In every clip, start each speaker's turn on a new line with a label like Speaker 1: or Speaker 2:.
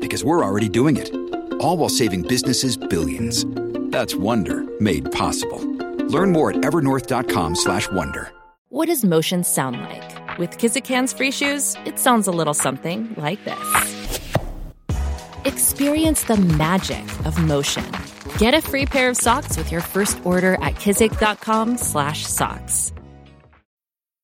Speaker 1: Because we're already doing it, all while saving businesses billions. That's Wonder made possible. Learn more at evernorth.com/wonder.
Speaker 2: What does motion sound like? With Kizikans free shoes, it sounds a little something like this. Experience the magic of motion. Get a free pair of socks with your first order at kizik.com/socks.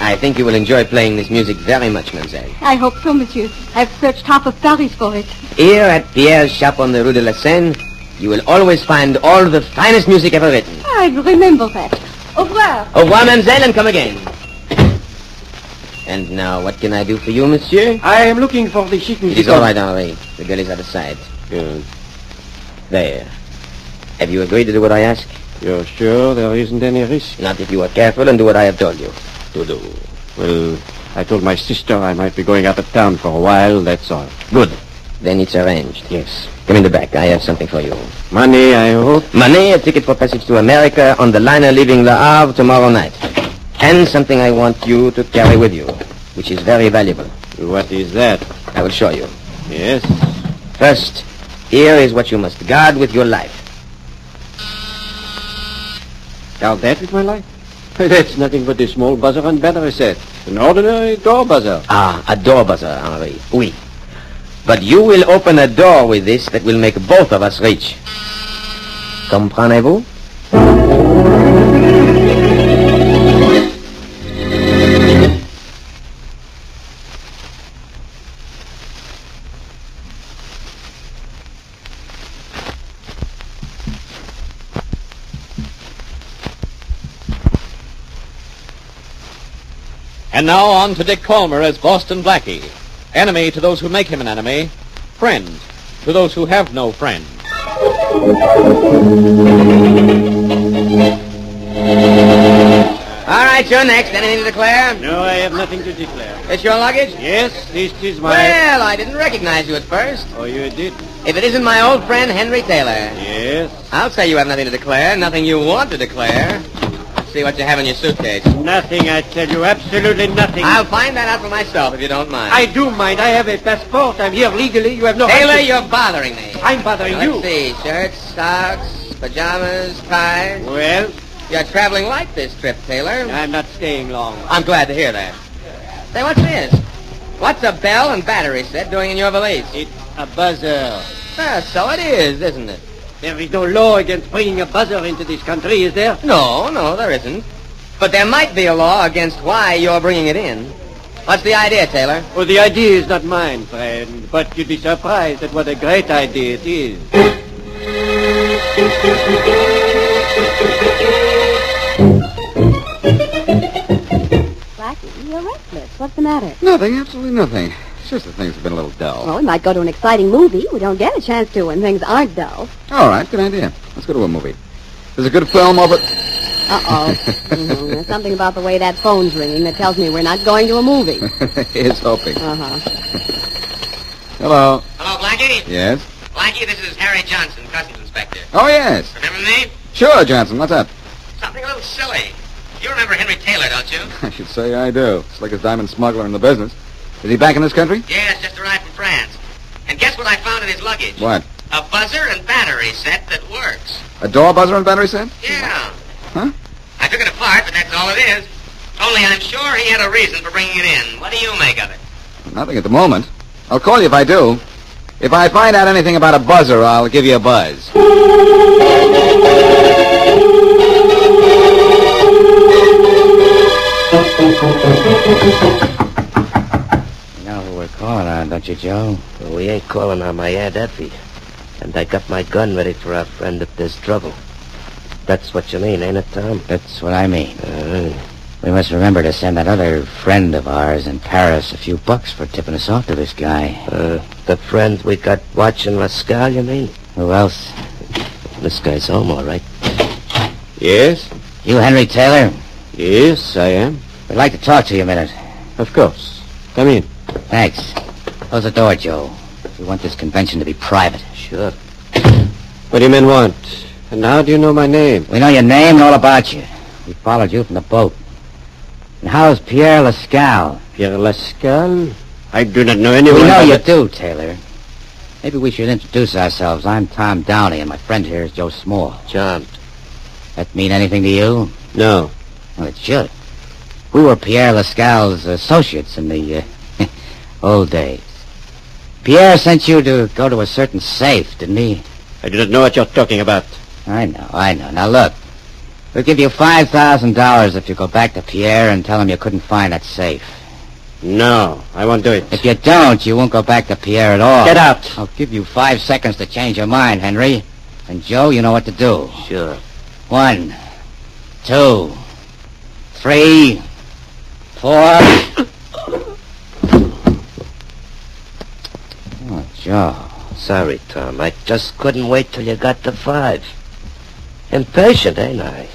Speaker 3: I think you will enjoy playing this music very much, mademoiselle.
Speaker 4: I hope so, monsieur. I've searched half of Paris for it.
Speaker 3: Here at Pierre's shop on the Rue de la Seine, you will always find all the finest music ever written.
Speaker 4: I remember that. Au revoir.
Speaker 3: Au revoir, mademoiselle, and come again. And now, what can I do for you, monsieur?
Speaker 5: I am looking for the chic
Speaker 3: It
Speaker 5: music.
Speaker 3: is all right, Henri. The girl is out of sight.
Speaker 5: You,
Speaker 3: There. Have you agreed to do what I ask?
Speaker 5: you're sure there isn't any risk
Speaker 3: Not if you are careful and do what I have told you.
Speaker 5: to do. Well, I told my sister I might be going out of town for a while, that's all. Good.
Speaker 3: Then it's arranged.
Speaker 5: Yes.
Speaker 3: Come in the back. I have something for you.
Speaker 5: Money, I hope.
Speaker 3: Money, a ticket for passage to America on the liner leaving Le Havre tomorrow night. And something I want you to carry with you, which is very valuable.
Speaker 5: What is that?
Speaker 3: I will show you.
Speaker 5: Yes.
Speaker 3: First, here is what you must guard with your life.
Speaker 5: Now that is my life. That's nothing but a small buzzer and battery set. An ordinary door buzzer.
Speaker 3: Ah, a door buzzer, Henri. Oui. But you will open a door with this that will make both of us rich. Comprenez-vous?
Speaker 6: And now on to Dick Calmer as Boston Blackie. Enemy to those who make him an enemy, friend to those who have no friend.
Speaker 3: All right, you're next. Anything to declare?
Speaker 5: No, I have nothing to declare.
Speaker 3: It's your luggage?
Speaker 5: Yes, this is my...
Speaker 3: Well, I didn't recognize you at first.
Speaker 5: Oh, you did?
Speaker 3: If it isn't my old friend Henry Taylor.
Speaker 5: Yes.
Speaker 3: I'll say you have nothing to declare, nothing you want to declare. See what you have in your suitcase.
Speaker 5: Nothing, I tell you. Absolutely nothing.
Speaker 3: I'll find that out for myself if you don't mind.
Speaker 5: I do mind. I have a passport. I'm here legally. You have no...
Speaker 3: Taylor,
Speaker 5: right to-
Speaker 3: you're bothering me.
Speaker 5: I'm bothering
Speaker 3: Let's
Speaker 5: you.
Speaker 3: see, shirts, socks, pajamas, ties.
Speaker 5: Well,
Speaker 3: You're traveling light this trip, Taylor.
Speaker 5: I'm not staying long.
Speaker 3: I'm glad to hear that. Say, what's this? What's a bell and battery set doing in your valise?
Speaker 5: It's a buzzer.
Speaker 3: Ah, so it is, isn't it?
Speaker 5: There is no law against bringing a buzzer into this country, is there?
Speaker 3: No, no, there isn't. But there might be a law against why you're bringing it in. What's the idea, Taylor?
Speaker 5: Well, the idea is not mine, friend, but you'd be surprised at what a great idea it is.
Speaker 4: Blackie, you're restless. What's the matter?
Speaker 7: Nothing, absolutely nothing. It's just that things have been a little dull.
Speaker 4: Well, we might go to an exciting movie. We don't get a chance to when things aren't dull.
Speaker 7: All right, good idea. Let's go to a movie. There's a good film over.
Speaker 8: Uh-oh.
Speaker 4: Mm-hmm.
Speaker 8: Mhm. There's something about the way that phone's ringing that tells me we're not going to a movie.
Speaker 9: Here's hoping.
Speaker 8: Uh-huh.
Speaker 9: Hello.
Speaker 10: Hello, Blackie.
Speaker 9: Yes?
Speaker 10: Blackie, this is Harry Johnson, Customs Inspector.
Speaker 9: Oh, yes.
Speaker 10: Remember me?
Speaker 9: Sure, Johnson. What's up?
Speaker 10: Something a little silly. You remember Henry Taylor, don't you?
Speaker 9: I should say I do. Slickest diamond smuggler in the business. Is he back in this country?
Speaker 10: Yes, just arrived from France. And guess what I found in his luggage?
Speaker 9: What?
Speaker 10: A buzzer and battery set that works.
Speaker 9: A door buzzer and battery set?
Speaker 10: Yeah.
Speaker 9: Huh?
Speaker 10: I took it apart, but that's all it is. Only I'm sure he had a reason for bringing it in. What do you make of it?
Speaker 9: Nothing at the moment. I'll call you if I do. If I find out anything about a buzzer, I'll give you a buzz.
Speaker 3: You know who we're calling on, don't you, Joe?
Speaker 11: Well, we ain't calling on my Aunt Effie. And I got my gun ready for our friend if there's trouble. That's what you mean, ain't it, Tom? Uh-huh.
Speaker 3: That's what I mean. we must remember to send that other friend of ours in Paris a few bucks for tipping us off to this guy.
Speaker 11: Uh, the friend we got watching Lascar, you mean?
Speaker 3: Who else?
Speaker 11: This guy's home, all right.
Speaker 12: Yes?
Speaker 3: You, Henry Taylor?
Speaker 12: Yes, I
Speaker 11: eh?
Speaker 12: am.
Speaker 3: We'd like to talk to you a minute.
Speaker 12: Of course. Come in.
Speaker 3: Thanks. Close the door, Joe. We want this convention to be private.
Speaker 11: Sure.
Speaker 12: What do you men want? And how do you know my name?
Speaker 3: We know your name and all about you. We followed you from the boat. And how's Pierre Lascal?
Speaker 12: Pierre Lascal? I do not know anyone.
Speaker 3: We know
Speaker 12: but-
Speaker 3: you do, Taylor. Maybe we should introduce ourselves. I'm Tom Downey, and my friend here is Joe Small.
Speaker 11: John.
Speaker 3: That mean anything to you?
Speaker 12: No.
Speaker 3: Well, it should. We were Pierre Lascal's associates in the uh, old days. Pierre sent you to go to a certain safe, didn't he?
Speaker 12: I do not know what you're talking about.
Speaker 3: I know, I know. Now look, we'll give you five thousand dollars if you go back to Pierre and tell him you couldn't find that safe.
Speaker 12: No, I won't do it.
Speaker 3: If you don't, you won't go back to Pierre at all.
Speaker 12: Get out.
Speaker 3: I'll give you five seconds to change your mind, Henry. And Joe, you know what to do.
Speaker 11: Sure.
Speaker 3: One, two, three, four. oh, Joe.
Speaker 11: Sorry, Tom. I just couldn't wait till you got to five. Impatient, ain't I?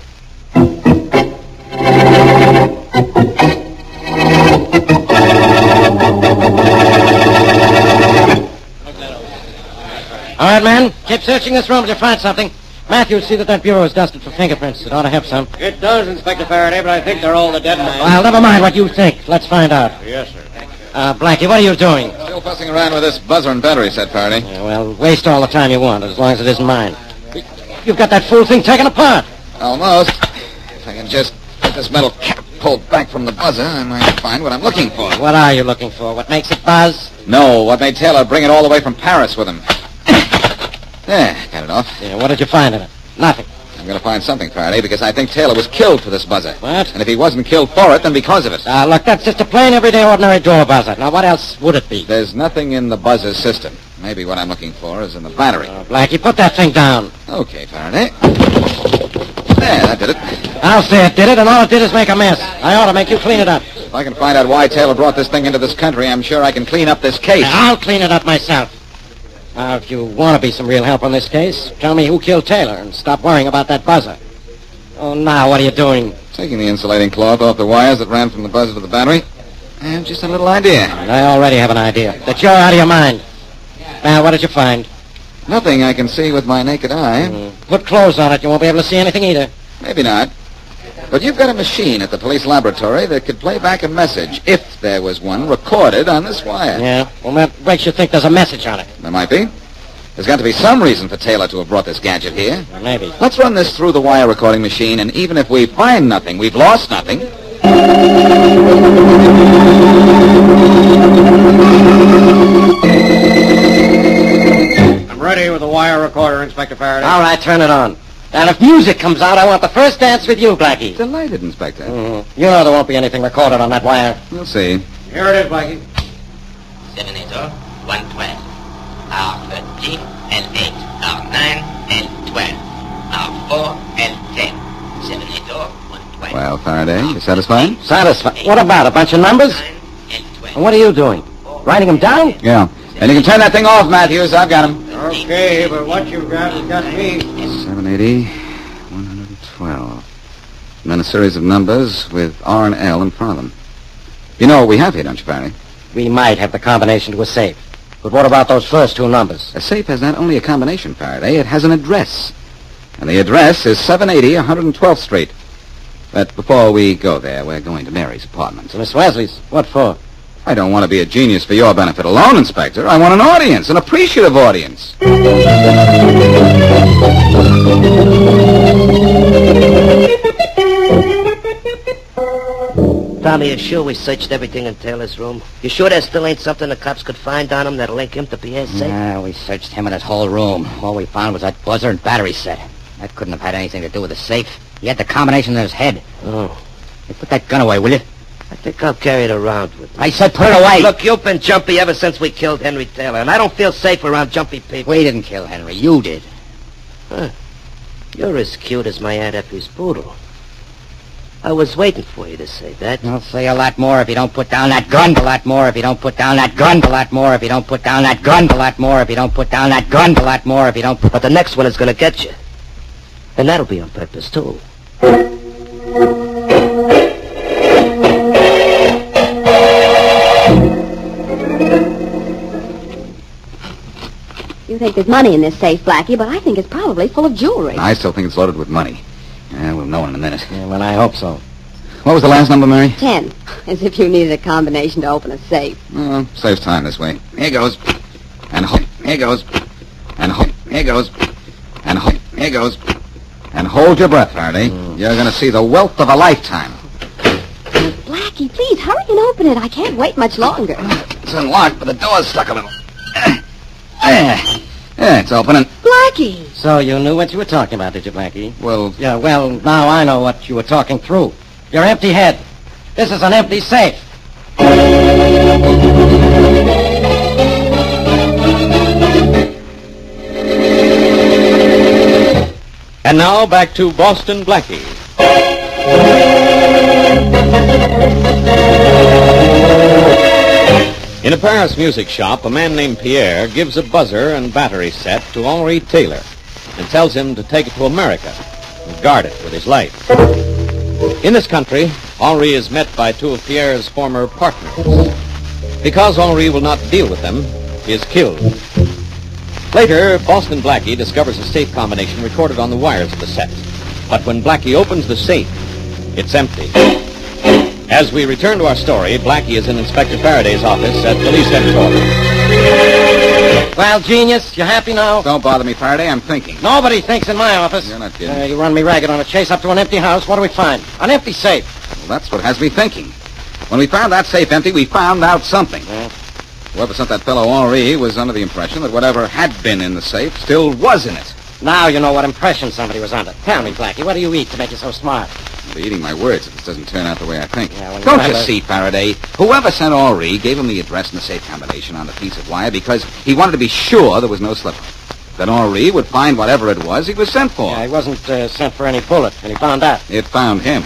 Speaker 5: All right, men. Keep searching this room till you find something. Matthew, see that that bureau is dusted for fingerprints. It ought to have some.
Speaker 12: It does, Inspector Faraday, but I think they're all the dead man.
Speaker 5: Well, never mind what you think. Let's find out.
Speaker 12: Yes, sir.
Speaker 5: Uh, Blackie, what are you doing?
Speaker 9: Still fussing around with this buzzer and battery set, Faraday.
Speaker 5: Yeah, well, waste all the time you want, as long as it isn't mine. You've got that fool thing taken apart.
Speaker 9: Almost. If I can just get this metal cap pulled back from the buzzer, I might find what I'm looking for.
Speaker 5: What are you looking for? What makes it buzz?
Speaker 9: No, what made Taylor bring it all the way from Paris with him? there, got it off.
Speaker 5: Yeah, what did you find in it? Nothing.
Speaker 9: I'm going to find something, Faraday, because I think Taylor was killed for this buzzer.
Speaker 5: What?
Speaker 9: And if he wasn't killed for it, then because of it.
Speaker 5: Uh, look, that's just a plain, everyday, ordinary door buzzer. Now, what else would it be?
Speaker 9: There's nothing in the buzzer system. Maybe what I'm looking for is in the battery.
Speaker 5: Uh, Blackie, put that thing down.
Speaker 9: Okay, Faraday. There, that did it.
Speaker 5: I'll say it did it, and all it did is make a mess. I ought to make you clean it up.
Speaker 9: If I can find out why Taylor brought this thing into this country, I'm sure I can clean up this case.
Speaker 5: Now, I'll clean it up myself. Now, if you want to be some real help on this case, tell me who killed Taylor and stop worrying about that buzzer. Oh, now, what are you doing?
Speaker 9: Taking the insulating cloth off the wires that ran from the buzzer to the battery, I have just a little idea.
Speaker 5: I already have an idea that you're out of your mind. Now, what did you find?
Speaker 9: Nothing I can see with my naked eye.
Speaker 5: Hmm. Put clothes on it. You won't be able to see anything either.
Speaker 9: Maybe not. But you've got a machine at the police laboratory that could play back a message, if there was one, recorded on this wire.
Speaker 5: Yeah? Well, that makes you think there's a message on it.
Speaker 9: There might be. There's got to be some reason for Taylor to have brought this gadget here.
Speaker 5: Well, maybe.
Speaker 9: Let's run this through the wire recording machine, and even if we find nothing, we've lost nothing.
Speaker 12: I'm ready with the wire recorder, Inspector Faraday.
Speaker 5: All right, turn it on. And if music comes out, I want the first dance with you, Blackie.
Speaker 9: Delighted, Inspector.
Speaker 5: Mm, You know there won't be anything recorded on that wire.
Speaker 9: We'll see.
Speaker 12: Here it is, Blackie.
Speaker 10: 7 is all, 1 12. Hour 13, L8. Hour 9, L12. Hour 4, L10. 7 is all, 1 12.
Speaker 9: Well, Faraday, you satisfied?
Speaker 5: Satisfied. What about a bunch of numbers?
Speaker 10: 9, L12.
Speaker 5: And what are you doing? Writing them down?
Speaker 9: Yeah. And you can turn that thing off, Matthews. I've got him.
Speaker 12: Okay, but what you've got has got me.
Speaker 9: 780, 112. and then a series of numbers with R and L in front of them. You know what we have here, don't you, Barry?
Speaker 5: We might have the combination to a safe. But what about those first two numbers?
Speaker 9: A safe has not only a combination, Faraday, it has an address. And the address is 780 112th Street. But before we go there, we're going to Mary's apartment.
Speaker 5: Miss Wesley's? What for?
Speaker 9: I don't want to be a genius for your benefit alone, Inspector. I want an audience, an appreciative audience.
Speaker 13: Tommy, you sure we searched everything in Taylor's room? You sure there still ain't something the cops could find on him that'll link him to Pierre's safe?
Speaker 5: Hmm.
Speaker 14: Yeah, we searched him and his whole room. All we found was that buzzer and battery set. That couldn't have had anything to do with the safe. He had the combination in his head.
Speaker 13: Oh.
Speaker 14: Hey, put that gun away, will you?
Speaker 13: I think I'll carry it around with me.
Speaker 14: I said put it away.
Speaker 13: Look, you've been jumpy ever since we killed Henry Taylor, and I don't feel safe around jumpy people.
Speaker 14: We didn't kill Henry. You did.
Speaker 13: Huh. You're as cute as my Aunt Effie's poodle. I was waiting for you to say that.
Speaker 14: I'll say a lot more if you don't put down that gun. A lot more if you don't put down that gun. A lot more if you don't put down that gun. A lot more if you don't put down that gun. A lot more if you don't.
Speaker 13: But the next one is going to get you. And that'll be on purpose, too.
Speaker 4: You think there's money in this safe, Blackie, but I think it's probably full of
Speaker 7: Ah.
Speaker 4: jewelry.
Speaker 9: I still think it's loaded with money. Eh, we'll know in a minute.
Speaker 5: Yeah, well, I hope so.
Speaker 9: What was the last number, Mary?
Speaker 4: Ten. As if you needed a combination to open a safe.
Speaker 9: Well, Mm, saves time this way. Here goes. And ho- here goes. And ho- here goes. And ho- here goes. And hold your breath, Faraday.
Speaker 3: Mm.
Speaker 9: You're going to see the wealth of a lifetime.
Speaker 4: Blackie, please hurry and open it. I can't wait much longer.
Speaker 9: It's unlocked, but the door's stuck a little. There. Yeah, it's opening.
Speaker 4: Blackie!
Speaker 5: So you knew what you were talking about, did you, Blackie?
Speaker 9: Well,
Speaker 5: Yeah, well, now I know what you were talking through. Your empty head. This is an empty safe.
Speaker 3: And now back to Boston Blackie. In a Paris music shop, a man named Pierre gives a buzzer and battery set to Henri Taylor and tells him to take it to America and guard it with his life. In this country, Henri is met by two of Pierre's former partners. Because Henri will not deal with them, he is killed. Later, Boston Blackie discovers a safe combination recorded on the wires of the set. But when Blackie opens the safe, it's empty. As we return to our story, Blackie is in Inspector Faraday's office at police headquarters.
Speaker 5: Well, genius, you happy now?
Speaker 9: don't bother me, Faraday. I'm thinking.
Speaker 5: Nobody thinks in my office.
Speaker 9: You're not kidding.
Speaker 5: Uh, you run me ragged on a chase up to an empty house. What do we find? An empty safe.
Speaker 9: Well, that's what has me thinking. When we found that safe empty, we found out something.
Speaker 5: Yeah.
Speaker 9: Whoever sent that fellow Henri was under the impression that whatever had been in the safe still was in it.
Speaker 5: Now you know what impression somebody was under. Tell me, Blackie, what do you eat to make you so smart?
Speaker 9: I'll be eating my words if this doesn't turn out the way I think.
Speaker 5: Yeah, well, you
Speaker 9: Don't
Speaker 5: have
Speaker 9: you
Speaker 5: a-
Speaker 9: see, Faraday? Whoever sent Henri gave him the address and the safe combination on the piece of wire because he wanted to be sure there was no slip. That Henri would find whatever it was he was sent for.
Speaker 5: Yeah, he wasn't uh, sent for any bullet, and he found out.
Speaker 9: It found him.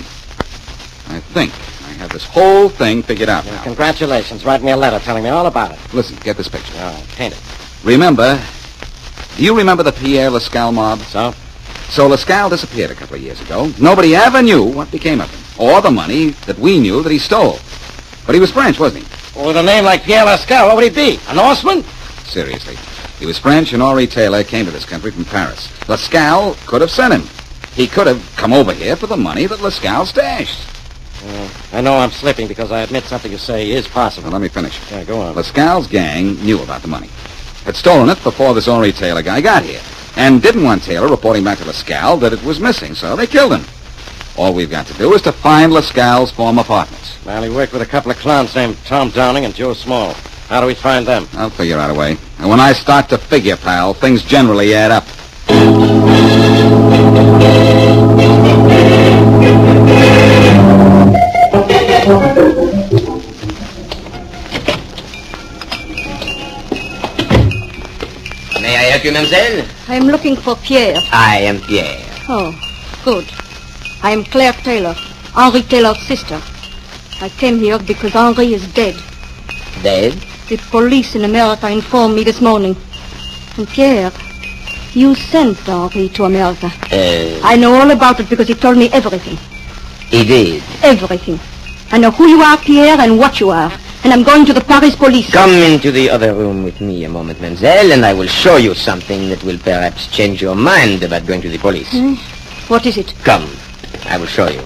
Speaker 9: I think I have this whole thing figured out
Speaker 5: Well,
Speaker 9: now.
Speaker 5: congratulations. Write me a letter telling me all about it.
Speaker 9: Listen, get this picture.
Speaker 5: All
Speaker 13: Oh,
Speaker 5: right, paint it.
Speaker 9: Remember, do you remember the Pierre Lascal mob?
Speaker 5: So?
Speaker 9: So Lascal disappeared a couple of years ago. Nobody ever knew what became of him, or the money that we knew that he stole. But he was French, wasn't he?
Speaker 5: Well, with a name like Pierre Lascar, what would he be? A Norseman?
Speaker 9: Seriously. He was French, and Henri Taylor came to this country from Paris. Lascal could have sent him. He could have come over here for the money that Lascal stashed.
Speaker 5: I know I'm slipping because I admit something you say is
Speaker 9: Now,
Speaker 5: possible.
Speaker 9: let me finish.
Speaker 5: Yeah, go on.
Speaker 9: Lascal's gang knew about the money. Had stolen it before this Henri Taylor guy got here. And didn't want Taylor reporting back to Lascal that it was missing, so they killed him. All we've got to do is to find Lascal's former partners.
Speaker 5: Well, he worked with a couple of clowns named Tom Downing and Joe Small. How do we find them?
Speaker 9: I'll figure out a way. And when I start to figure, pal, things generally add up.
Speaker 15: May I help you, mademoiselle?
Speaker 4: I'm looking for Pierre.
Speaker 15: I am Pierre.
Speaker 4: Oh, good. I'm Claire Taylor, Henri Taylor's sister. I came here because Henri is dead.
Speaker 15: Dead?
Speaker 4: The police in America informed me this morning. And Pierre, you sent Henri to America.
Speaker 15: Uh,
Speaker 4: I know all about it because he told me everything.
Speaker 3: He did.
Speaker 16: Everything. I know who you are, Pierre, and what you are. And I'm going to the Paris police.
Speaker 3: Come into the other room with me a moment, mademoiselle, and I will show you something that will perhaps change your mind about going to the police.
Speaker 16: Hmm? What is it?
Speaker 3: Come, I will show you.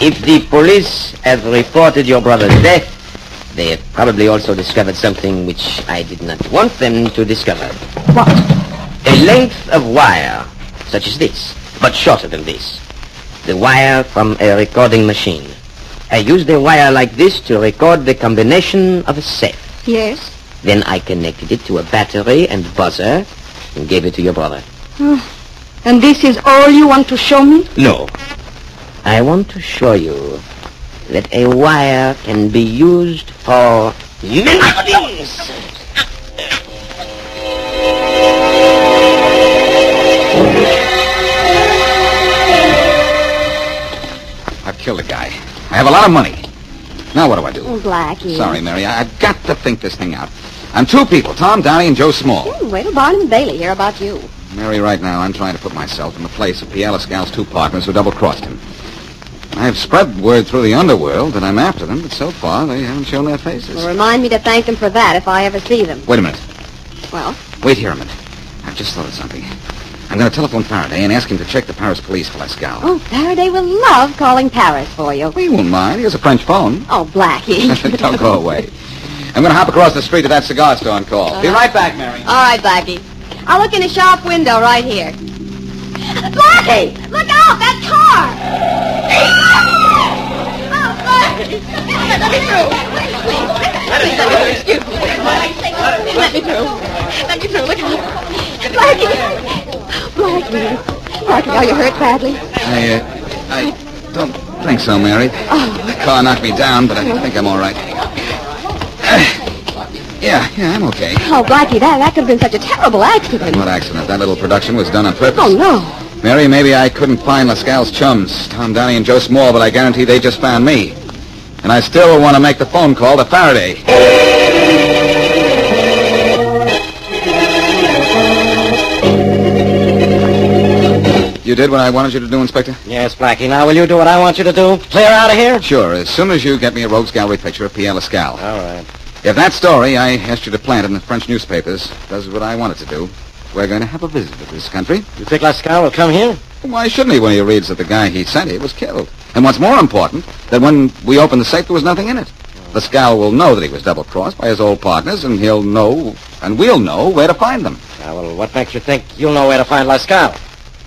Speaker 3: If the police have reported your brother's death, they have probably also discovered something which I did not want them to discover.
Speaker 16: What?
Speaker 3: A length of wire, such as this, but shorter than this. The wire from a recording machine. I used a wire like this to record the combination of a safe.
Speaker 16: Yes?
Speaker 3: Then I connected it to a battery and buzzer and gave it to your brother.
Speaker 16: Hmm. And this is all you want to show me?
Speaker 3: No. I want to show you that a wire can be used for many things.
Speaker 9: I've killed a guy. I have a lot of money. Now what do I do?
Speaker 16: Oh, Blackie.
Speaker 9: Sorry, Mary. I- I've got to think this thing out. I'm two people, Tom Downey and Joe Small.
Speaker 16: Hmm, Wait till Barnum and Bailey hear about you.
Speaker 9: Mary, right now, I'm trying to put myself in the place of Pierre Lascalle's two partners who double-crossed him. I've spread word through the underworld that I'm after them, but so far they haven't shown their faces.
Speaker 4: Well, remind me to thank them for that if I ever see them.
Speaker 9: Wait a minute.
Speaker 4: Well,
Speaker 9: Wait here a minute. I've just thought of something. I'm going to telephone Faraday and ask him to check the Paris police for Lascale.
Speaker 4: oh, Faraday will love calling Paris for you.
Speaker 9: He won't mind. He has a French phone.
Speaker 4: Oh, Blackie.
Speaker 9: Don't go away. I'm going to hop across the street to that cigar store and call. Be right back, Mary.
Speaker 4: All right, Blackie. I'll look in the shop window right here. Blackie! Look out! That car! Oh, Blackie! Let me through. Excuse me. Let me through. Let me through. Look out. Blackie!
Speaker 16: Blackie. Blackie, are you hurt badly?
Speaker 9: I, uh, I don't think so, Mary. The car knocked me down, but I think I'm all right. Uh, yeah, yeah, I'm okay.
Speaker 16: Oh, Blackie, that, that could have been such a terrible accident.
Speaker 9: What accident? That little production was done on purpose.
Speaker 16: Oh, no.
Speaker 9: Mary, maybe I couldn't find Lascalle's chums, Tom Downey and Joe Small, but I guarantee they just found me. And I still want to make the phone call to Faraday. You did what I wanted you to do, Inspector?
Speaker 5: Yes, Blackie. Now, will you do what I want you to do? Clear out of here?
Speaker 9: Sure, as soon as you get me a rogues gallery picture of Pierre Lascalle.
Speaker 5: All right.
Speaker 9: If that story I asked you to plant in the French newspapers does what I want it to do, we're going to have a visit to this country.
Speaker 5: You think Lascaux will come here?
Speaker 9: Why shouldn't he when he reads that the guy he sent here was killed? And what's more important, that when we opened the safe, there was nothing in it. Lascaux will know that he was double-crossed by his old partners, and he'll know, and we'll know where to find them.
Speaker 5: Ah, well, what makes you think you'll know where to find Lascaux?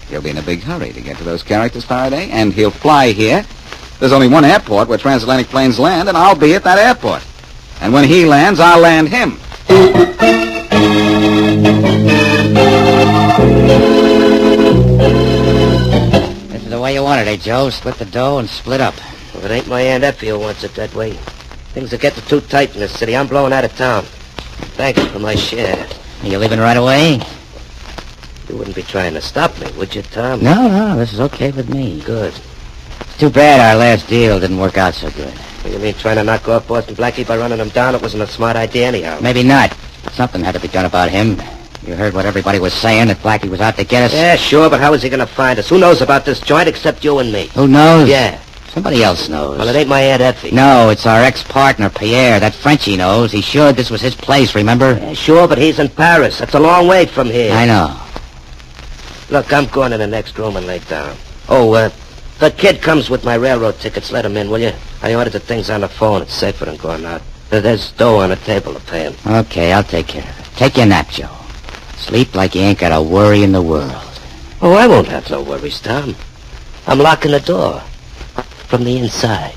Speaker 9: He'll be in a big hurry to get to those characters, Faraday, and he'll fly here. There's only one airport where transatlantic planes land, and I'll be at that airport. And when he lands, I'll land him.
Speaker 5: This is the way you wanted it, eh, Joe. Split the dough and split up.
Speaker 3: If it ain't my Aunt Effie who wants it that way. Things are getting too tight in this city. I'm blowing out of town. Thank you for my share.
Speaker 5: Are you leaving right away?
Speaker 3: You wouldn't be trying to stop me, would you, Tom?
Speaker 5: No, no, this is okay with me.
Speaker 3: Good.
Speaker 5: It's too bad our last deal didn't work out so good.
Speaker 3: You mean trying to knock off Boston Blackie by running him down? It wasn't a smart idea anyhow.
Speaker 5: Maybe not. Something had to be done about him. You heard what everybody was saying, that Blackie was out to get us.
Speaker 3: Yeah, sure, but how is he going to find us? Who knows about this joint except you and me?
Speaker 5: Who knows?
Speaker 3: Yeah.
Speaker 5: Somebody else knows.
Speaker 3: Well, it ain't my Aunt Effie.
Speaker 5: No, it's our ex-partner, Pierre. That Frenchie knows. He should. This was his place, remember?
Speaker 3: Yeah, sure, but he's in Paris. That's a long way from here.
Speaker 5: I know.
Speaker 3: Look, I'm going to the next room and lay down. Oh, uh, the kid comes with my railroad tickets. Let him in, will you? I ordered the things on the phone. It's safer than going out. There- There's dough on the table to pay him.
Speaker 5: Okay, I'll take care of it. Take your nap, Joe. Sleep like you ain't got a worry in the world.
Speaker 3: Oh, I won't have no worries, Tom. I'm locking the door from the inside.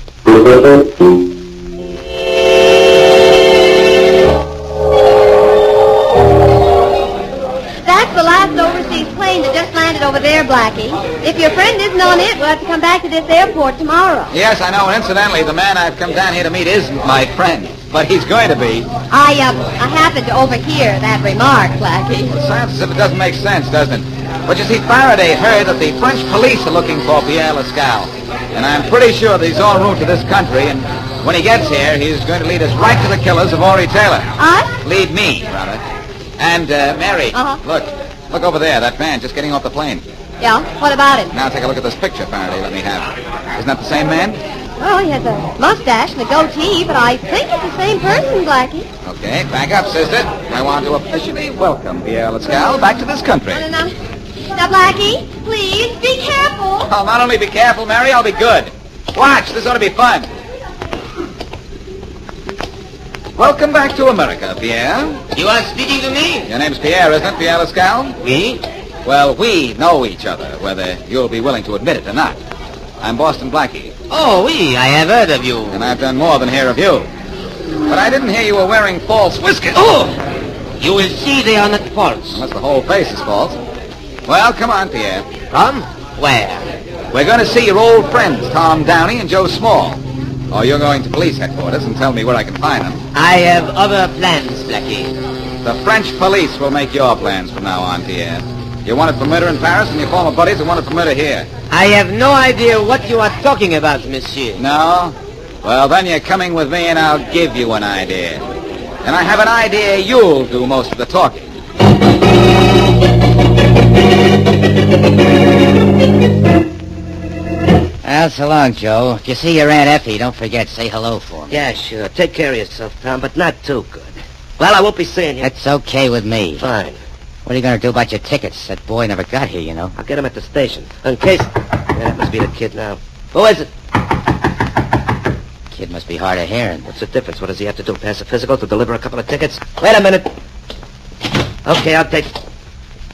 Speaker 4: That's the last overseas plane that just landed over there, Blackie. If your friend isn't on it, we'll have to come back to this airport tomorrow.
Speaker 9: Yes, I know. And incidentally, the man I've come down here to meet isn't my friend, but he's going to be.
Speaker 4: I, um, I happened to overhear that remark, Blackie.
Speaker 9: It sounds as if it doesn't make sense, doesn't it? But you see, Faraday heard that the French police are looking for Pierre Lascaux. And I'm pretty sure that he's en route to this country, and when he gets here, he's going to lead us right to the killers of Ori Taylor.
Speaker 4: Us?
Speaker 9: Lead me, rather. And, uh, Mary,
Speaker 4: Uh-huh.
Speaker 9: look. Look over there, that man just getting off the plane.
Speaker 4: Yeah? What about him?
Speaker 9: Now take a look at this picture Faraday let me have. Isn't that the same man?
Speaker 4: Well, he has a mustache and a goatee, but I think it's the same person, Blackie.
Speaker 9: Okay, back up, sister. I want to officially welcome Pierre Lascal back to this country.
Speaker 4: And now, now, Blackie, please be careful.
Speaker 9: I'll not only be careful, Mary, I'll be good. Watch, this ought to be fun. Welcome back to America, Pierre.
Speaker 10: You are speaking to me?
Speaker 9: Your name's Pierre, isn't it, Pierre Lascal?
Speaker 10: We?
Speaker 9: Well, we know each other, whether you'll be willing to admit it or not. I'm Boston Blackie.
Speaker 10: Oh, we. I have heard of you.
Speaker 9: And I've done more than hear of you. But I didn't hear you were wearing false whiskers. Oh!
Speaker 10: You will see they are not false.
Speaker 9: Unless the whole face is false. Well, come on, Pierre.
Speaker 10: Come? Where?
Speaker 9: We're going to see your old friends, Tom Downey and Joe Small. Or you're going to police headquarters and tell me where I can find them.
Speaker 10: I have other plans, Blackie.
Speaker 9: The French police will make your plans from now on, Pierre. You're wanted for murder in Paris, and your former buddies are wanted for murder here.
Speaker 10: I have no idea what you are talking about, monsieur.
Speaker 9: No? Well, then you're coming with me, and I'll give you an idea. And I have an idea you'll do most of the talking.
Speaker 3: Well, so long, Joe. If you see your Aunt Effie, don't forget, say hello for me.
Speaker 11: Yeah, sure. Take care of yourself, Tom, but not too good. Well, I won't be seeing you.
Speaker 3: That's okay with me.
Speaker 11: Fine.
Speaker 3: What are you going to do about your tickets? That boy never got here, you know.
Speaker 11: I'll get him at the station. In case... Yeah, that must be the kid now. Who is it?
Speaker 3: Kid must be hard of hearing.
Speaker 11: What's the difference? What does he have to do? Pass a physical to deliver a couple of tickets? Wait a minute. Okay, I'll take...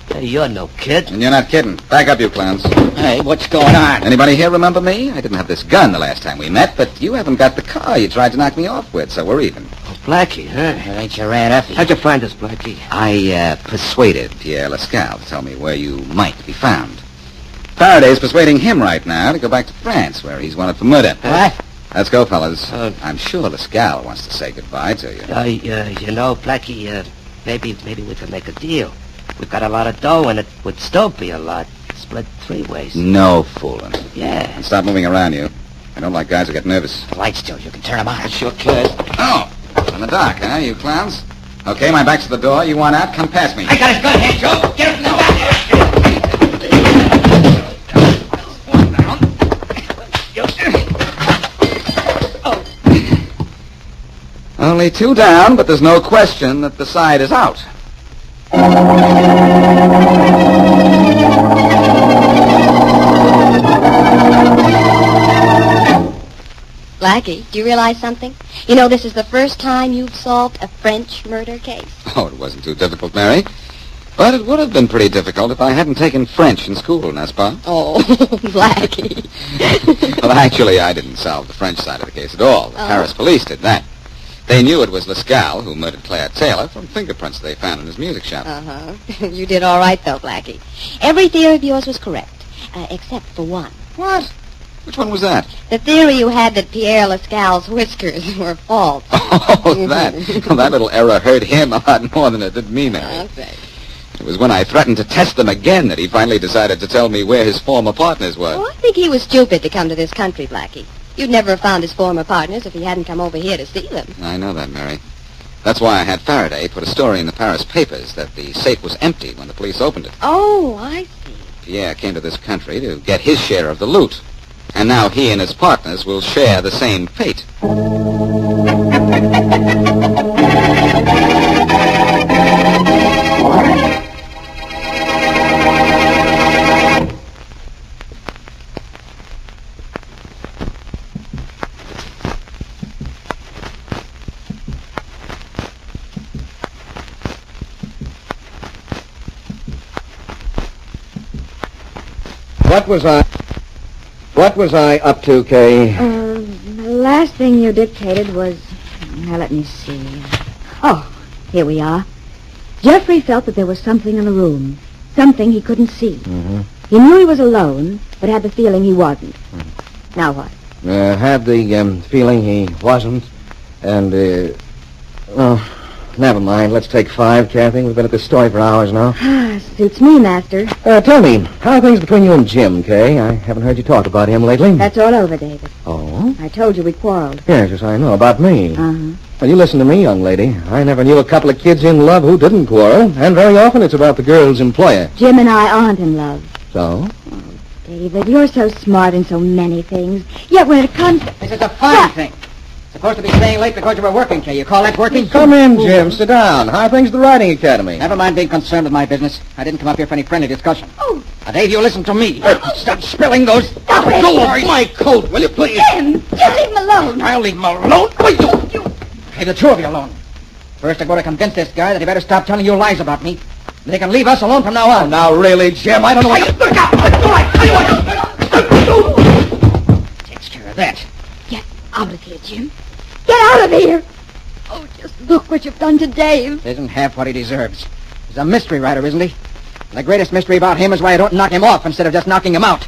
Speaker 11: Hey, you're no kid.
Speaker 9: And you're not kidding. Back up, you clowns.
Speaker 3: Hey, what's going on?
Speaker 9: Anybody here remember me? I didn't have this gun the last time we met, but you haven't got the car you tried to knock me off with, so we're even.
Speaker 11: Oh, Blackie, huh?
Speaker 3: That ain't your Aunt Effie.
Speaker 11: How'd you find us, Blackie?
Speaker 9: I uh, persuaded Pierre Lascal to tell me where you might be found. Faraday's persuading him right now to go back to France, where he's wanted for murder.
Speaker 3: What?
Speaker 9: Let's go, fellas. I'm sure Lascal wants to say goodbye to you.
Speaker 11: Uh, uh, you know, Blackie, uh, maybe maybe we could make a deal. We've got a lot of dough, and it would still be a lot. Split three ways.
Speaker 9: No fooling.
Speaker 11: Yeah.
Speaker 9: And stop moving around, you. I don't like guys who get nervous.
Speaker 3: The lights, Joe. You can turn them on.
Speaker 11: Sure, kid.
Speaker 9: Oh, in the dark, huh, you clowns? Okay, my back's to the door. You want out? Come past me.
Speaker 11: I got his gun here, Joe. Get him from the back.
Speaker 9: Only two down, but there's no question that the side is out.
Speaker 4: Blackie, do you realize something? You know, this is the first time you've solved a French murder case.
Speaker 9: Oh, it wasn't too difficult, Mary. But it would have been pretty difficult if I hadn't taken French in school, n'est-ce pas?
Speaker 4: Oh, Blackie.
Speaker 9: well, actually, I didn't solve the French side of the case at all. The
Speaker 4: Oh.
Speaker 9: Paris police did that. They knew it was Lascal who murdered Claire Taylor from fingerprints they found in his music shop.
Speaker 4: Uh-huh. you did all right, though, Blackie. Every theory of yours was correct, uh, except for one.
Speaker 9: What? Which one was that?
Speaker 4: The theory you had that Pierre Lascal's whiskers were false.
Speaker 9: Oh, that. Well, that little error hurt him a lot more than it did me, Mary.
Speaker 4: Uh. Oh,
Speaker 9: It was when I threatened to test them again that he finally decided to tell me where his former partners were.
Speaker 4: Well, I think he was stupid to come to this country, Blackie. You'd never have found his former partners if he hadn't come over here to see them.
Speaker 9: I know that, Mary. That's why I had Faraday put a story in the Paris papers that the safe was empty when the police opened it.
Speaker 4: Oh, I see.
Speaker 9: Pierre came to this country to get his share of the loot. And now he and his partners will share the same fate.
Speaker 12: What was I... What was I up to, Kay?
Speaker 17: Um, the last thing you dictated was... Now, let me see. Oh, here we are. Jeffrey felt that there was something in the room, something he couldn't see.
Speaker 12: Mm-hmm.
Speaker 17: He knew he was alone, but had the feeling he wasn't. Now what?
Speaker 12: Uh, had the um, feeling he wasn't, and, uh... Oh, never mind. Let's take five, Kathy. We've been at this story for hours now.
Speaker 17: Ah, suits me, Master.
Speaker 12: Uh, tell me, how are things between you and Jim, Kay? I haven't heard you talk about him lately.
Speaker 4: Uh,
Speaker 17: That's all over, David.
Speaker 12: Oh?
Speaker 17: I told you we quarreled.
Speaker 12: Yes, yes, I know. About me.
Speaker 17: Uh-huh.
Speaker 12: Well, you listen to me, young lady. I never knew a couple of kids in love who didn't quarrel, and very often it's about the girl's employer.
Speaker 17: Jim and I aren't in love.
Speaker 9: So?
Speaker 4: David, you're so smart in so many things. Yet when it comes...
Speaker 3: This is a fine thing. Supposed to be staying late because you were working, Jay. You call that working?
Speaker 9: Come in, Jim. Sit down. How are things at the Riding Academy?
Speaker 3: Never mind being concerned with my business. I didn't come up here for any friendly discussion. Oh. Now, Dave, you listen to me. Stop spilling those... Stop
Speaker 8: Oh. it.
Speaker 3: Go over my coat, will you, please?
Speaker 8: Jim, just leave him alone.
Speaker 3: I'll leave him alone. Wait, you... Hey, the two of you alone. First, I'm going to convince this guy that he better stop telling you lies about me. They can leave us alone from now on.
Speaker 9: Oh, now, really, Jim, I don't know what...
Speaker 3: Look out! Takes care of that.
Speaker 18: Out of here, Jim. Get out of here. Oh, just look what you've done to Dave.
Speaker 3: Isn't half what he deserves. He's a mystery writer, isn't he? And the greatest mystery about him is why I don't knock him off instead of just knocking him out.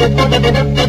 Speaker 8: Thank you.